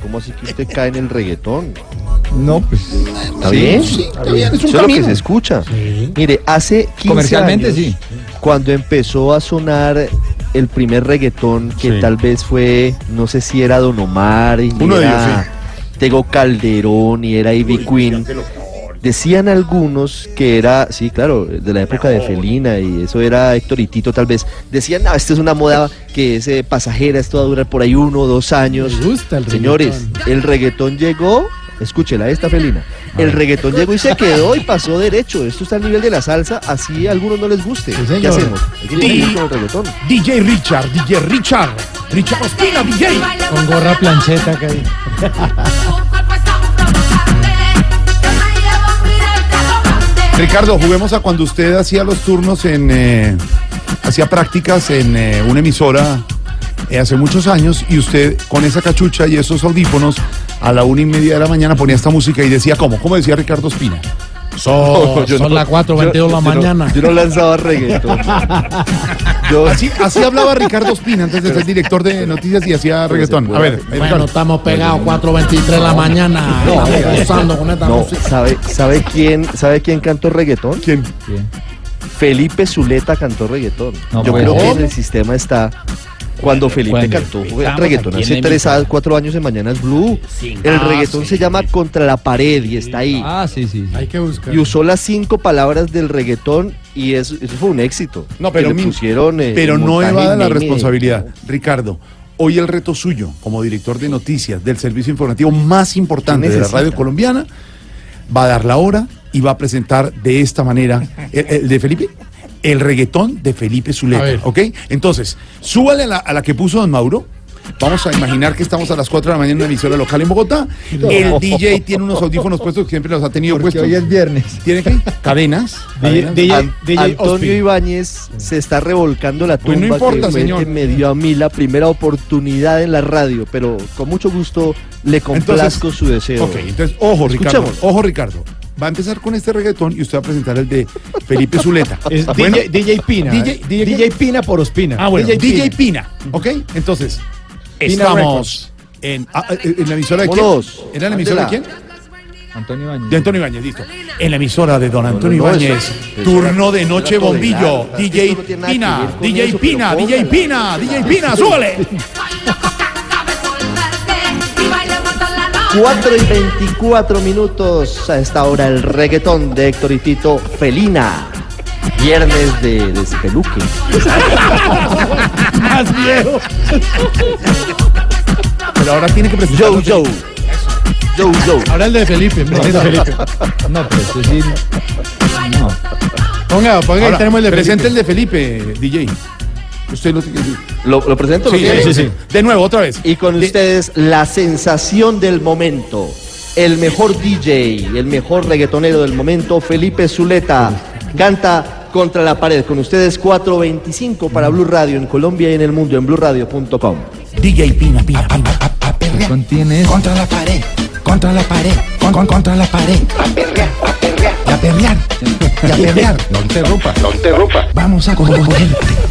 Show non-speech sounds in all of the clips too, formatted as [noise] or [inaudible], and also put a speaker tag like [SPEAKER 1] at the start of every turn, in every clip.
[SPEAKER 1] ¿Cómo así que usted cae en el reggaetón?
[SPEAKER 2] No, pues.
[SPEAKER 1] ¿Está bien?
[SPEAKER 2] Sí, está bien, es un
[SPEAKER 1] Eso es lo que
[SPEAKER 2] camino.
[SPEAKER 1] se escucha.
[SPEAKER 2] Sí.
[SPEAKER 1] Mire, hace 15
[SPEAKER 2] Comercialmente,
[SPEAKER 1] años,
[SPEAKER 2] sí.
[SPEAKER 1] cuando empezó a sonar el primer reggaetón, que
[SPEAKER 2] Sí.
[SPEAKER 1] tal vez fue, no sé si era Don Omar, y
[SPEAKER 2] Uno de
[SPEAKER 1] era
[SPEAKER 2] ellos,
[SPEAKER 1] Tego Calderón, y era Ivy Queen. Decían algunos que era, sí, claro, de la época de Felina, y eso era Héctor y Tito, tal vez. Decían, no, esta es una moda que es eh, pasajera, esto va a durar por ahí uno o dos años.
[SPEAKER 2] Me gusta el
[SPEAKER 1] Señores, el reggaetón llegó. Escúchela, esta felina. El reggaetón llegó y se quedó y pasó derecho. Esto está al nivel de la salsa, así a algunos no les guste.
[SPEAKER 2] señor.
[SPEAKER 1] ¿Qué hacemos? Hay que
[SPEAKER 3] Sí.
[SPEAKER 1] ir con el reggaetón.
[SPEAKER 3] DJ Richard, DJ Richard, Richard Ospina, DJ.
[SPEAKER 2] Con gorra plancheta, que hay.
[SPEAKER 3] Ricardo, juguemos a cuando usted hacía los turnos en. eh, hacía prácticas en eh, una emisora eh, hace muchos años y usted con esa cachucha y esos audífonos a la una y media de la mañana ponía esta música y decía, ¿cómo? ¿Cómo decía Ricardo Ospina?
[SPEAKER 2] Son,
[SPEAKER 1] yo
[SPEAKER 2] son
[SPEAKER 1] no.
[SPEAKER 2] las 4.22 de la
[SPEAKER 1] Yo no-
[SPEAKER 2] mañana.
[SPEAKER 1] Yo no lanzaba
[SPEAKER 2] [laughs]
[SPEAKER 1] reggaetón. Yo,
[SPEAKER 3] Así, así hablaba Ricardo Ospina antes de ser director de noticias y hacía reggaetón. A ver, eh,
[SPEAKER 2] Bueno,
[SPEAKER 3] Ricardo.
[SPEAKER 2] estamos pegados 4.23 de la mañana.
[SPEAKER 1] No,
[SPEAKER 2] Estamos
[SPEAKER 1] oiga.
[SPEAKER 2] gozando con esta
[SPEAKER 1] no,
[SPEAKER 2] música.
[SPEAKER 1] ¿sabe, ¿sabe quién sabe quién cantó reggaetón?
[SPEAKER 3] ¿Quién?
[SPEAKER 1] Felipe Zuleta cantó reggaetón.
[SPEAKER 4] No,
[SPEAKER 1] Yo
[SPEAKER 4] pues,
[SPEAKER 1] creo que
[SPEAKER 4] ¿cómo?
[SPEAKER 1] en el sistema está cuando Felipe
[SPEAKER 4] Cuando
[SPEAKER 1] cantó
[SPEAKER 4] empezamos
[SPEAKER 1] reggaetón
[SPEAKER 4] aquí en
[SPEAKER 1] hace
[SPEAKER 4] la
[SPEAKER 1] tres a
[SPEAKER 4] emisora.
[SPEAKER 1] cuatro años en Mañanas Blue.
[SPEAKER 4] Sí.
[SPEAKER 1] El
[SPEAKER 4] Ah,
[SPEAKER 1] reggaetón
[SPEAKER 4] sí.
[SPEAKER 1] se llama Contra la Pared y está ahí.
[SPEAKER 4] Ah, sí, sí. sí.
[SPEAKER 2] Hay que buscar.
[SPEAKER 1] Y usó las cinco palabras del reggaetón y eso, eso fue un éxito.
[SPEAKER 3] No, pero
[SPEAKER 1] Que le
[SPEAKER 3] mi-
[SPEAKER 1] pusieron, eh,
[SPEAKER 3] Pero no
[SPEAKER 1] montaje
[SPEAKER 3] evada
[SPEAKER 1] y
[SPEAKER 3] la
[SPEAKER 1] meme.
[SPEAKER 3] responsabilidad. Ricardo, hoy el reto suyo como director de noticias del servicio informativo más importante
[SPEAKER 1] ¿Qué
[SPEAKER 3] de la
[SPEAKER 1] necesita?
[SPEAKER 3] radio colombiana va a dar la hora y va a presentar de esta
[SPEAKER 1] [laughs]
[SPEAKER 3] manera el, el de Felipe. El reggaetón de Felipe
[SPEAKER 2] A
[SPEAKER 3] Zuleta,
[SPEAKER 2] ver.
[SPEAKER 3] ¿ok? Entonces, súbale a la, a la que puso Don Mauro. Vamos a imaginar que estamos a las 4 de la mañana en una emisora local en Bogotá. El DJ tiene unos audífonos puestos que siempre los ha tenido
[SPEAKER 4] Porque
[SPEAKER 3] puestos.
[SPEAKER 4] hoy es viernes. [laughs]
[SPEAKER 3] ¿Tiene qué? Cadenas.
[SPEAKER 2] DJ,
[SPEAKER 3] cadenas.
[SPEAKER 2] DJ,
[SPEAKER 1] An- Antonio Ibáñez se está revolcando la tumba
[SPEAKER 3] Pues no importa,
[SPEAKER 1] que, fue el
[SPEAKER 3] señor.
[SPEAKER 1] que me dio a mí la primera oportunidad en la radio, pero con mucho gusto le complazco su deseo.
[SPEAKER 3] Ok, entonces, ojo, Ricardo.
[SPEAKER 1] Escuchemos.
[SPEAKER 3] Ojo, Ricardo. Va a empezar con este reggaetón y usted va a presentar el de Felipe
[SPEAKER 1] [laughs]
[SPEAKER 3] Zuleta.
[SPEAKER 4] Es
[SPEAKER 3] Bueno,
[SPEAKER 4] DJ, Pina.
[SPEAKER 3] DJ,
[SPEAKER 4] eh.
[SPEAKER 3] DJ,
[SPEAKER 4] DJ Pina por Ospina.
[SPEAKER 3] Ah, bueno, DJ,
[SPEAKER 4] Pina.
[SPEAKER 3] Pina. ¿Ok? Entonces, estamos en, ah, eh, en la emisora de quién.
[SPEAKER 1] Vámonos.
[SPEAKER 3] ¿Era la emisora de quién?
[SPEAKER 1] Ándela.
[SPEAKER 4] Antonio
[SPEAKER 3] De
[SPEAKER 4] Bañez.
[SPEAKER 3] Antonio Ibáñez, listo. En la emisora de Don Antonio
[SPEAKER 1] no, no,
[SPEAKER 3] Ibáñez.
[SPEAKER 1] eso- eso
[SPEAKER 3] Turno
[SPEAKER 1] era-
[SPEAKER 3] de
[SPEAKER 1] eso
[SPEAKER 3] noche
[SPEAKER 1] era todo de
[SPEAKER 3] bombillo.
[SPEAKER 1] nada.
[SPEAKER 3] DJ
[SPEAKER 1] Esto no tiene nada que ver
[SPEAKER 3] Pina,
[SPEAKER 1] con
[SPEAKER 3] DJ
[SPEAKER 1] eso, pero
[SPEAKER 3] Pina, DJ
[SPEAKER 1] póngala.
[SPEAKER 3] Pina, DJ
[SPEAKER 1] [laughs]
[SPEAKER 3] Pina, súbale.
[SPEAKER 1] 4 y 24 minutos a esta hora el reggaetón de Héctor y Tito Felina. Viernes de despeluque.
[SPEAKER 3] Más viejo. Pero ahora tiene que presentar.
[SPEAKER 1] Yo, yo. Yo, yo.
[SPEAKER 2] Ahora el de Felipe. presenta Felipe.
[SPEAKER 4] No,
[SPEAKER 2] pues,
[SPEAKER 4] pero es decir. No.
[SPEAKER 2] Ponga, ponga, ahí
[SPEAKER 3] Ahora,
[SPEAKER 2] tenemos el de
[SPEAKER 3] presente
[SPEAKER 2] Felipe.
[SPEAKER 3] el de Felipe, DJ. Usted lo tiene que decir.
[SPEAKER 1] ¿Lo, lo presento? ¿Lo tiene?
[SPEAKER 2] sí, sí.
[SPEAKER 3] De nuevo, otra vez.
[SPEAKER 1] Y con ustedes la sensación del momento. El mejor DJ, el mejor reggaetonero del momento, Felipe Zuleta. Canta contra la pared. Con ustedes 425 para Blue Radio en Colombia y en el mundo en blueradio.com.
[SPEAKER 3] DJ Pina, Pina, Pina.
[SPEAKER 4] ¿Qué contiene eso?
[SPEAKER 5] Contra la pared, contra la pared, con, con- contra la pared. A perrear, a perrear. Y a perrear, y a perrear.
[SPEAKER 4] [laughs] No interrumpa.
[SPEAKER 5] Vamos a correrte,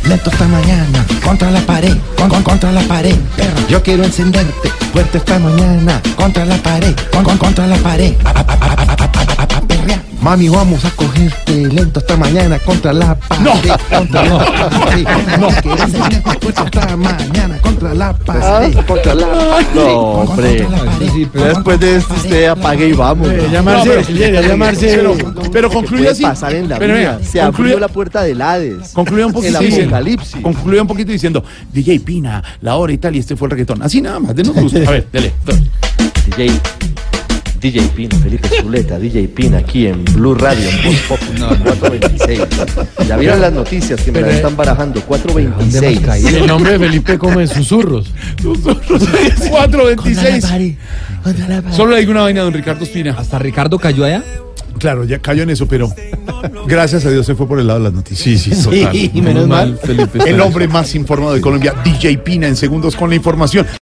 [SPEAKER 5] lento esta mañana. Contra la pared, con, con- contra la pared. Perro, yo quiero encenderte, fuerte esta mañana. Contra la pared, con, con- contra la pared. A, a- a- a- a- a- a- a perrear. Mami, vamos a cogerte lento esta mañana contra la pared.
[SPEAKER 3] [laughs]
[SPEAKER 5] Contra la pared. No, quiero encenderte, fuerte esta mañana contra la
[SPEAKER 3] Ah.
[SPEAKER 5] pared.
[SPEAKER 1] No,
[SPEAKER 5] Con- con-
[SPEAKER 1] hombre.
[SPEAKER 5] contra la pared.
[SPEAKER 4] Sí, pero
[SPEAKER 1] Ya Después de esto usted apague y vamos.
[SPEAKER 2] Eh, Llamarse,
[SPEAKER 3] No,
[SPEAKER 2] Llega a llamarse.
[SPEAKER 3] Pero, pero concluye
[SPEAKER 1] Puede
[SPEAKER 3] así.
[SPEAKER 1] pasar en la
[SPEAKER 3] Pero
[SPEAKER 1] vida.
[SPEAKER 3] mira,
[SPEAKER 1] Se
[SPEAKER 3] concluye-
[SPEAKER 1] abrió la puerta del Hades.
[SPEAKER 3] Concluía un poquito
[SPEAKER 1] El
[SPEAKER 3] diciendo-
[SPEAKER 1] apocalipsis.
[SPEAKER 3] concluía un poquito diciendo, DJ Pina, la hora y tal, y este fue el reggaetón. Así nada más, denos gusto. A ver, dale.
[SPEAKER 1] DJ, DJ Pina, Felipe Zuleta, DJ Pina aquí en Blue Radio, en Voz Populi, 426. Ya vieron las noticias que me
[SPEAKER 2] Pero,
[SPEAKER 1] las
[SPEAKER 2] eh,
[SPEAKER 1] están barajando,
[SPEAKER 4] ¿dónde hemos
[SPEAKER 1] 426.
[SPEAKER 2] Y el nombre de Felipe como de susurros.
[SPEAKER 3] [laughs] 426. Solo le digo una vaina a don Ricardo Espina.
[SPEAKER 4] Hasta Ricardo cayó allá.
[SPEAKER 3] Claro, ya cayó en eso, pero gracias a Dios se fue por el lado de las noticias. Sí, sí,
[SPEAKER 4] Menos mal, Felipe.
[SPEAKER 3] El hombre más informado de Colombia, DJ Pina, en segundos con la información.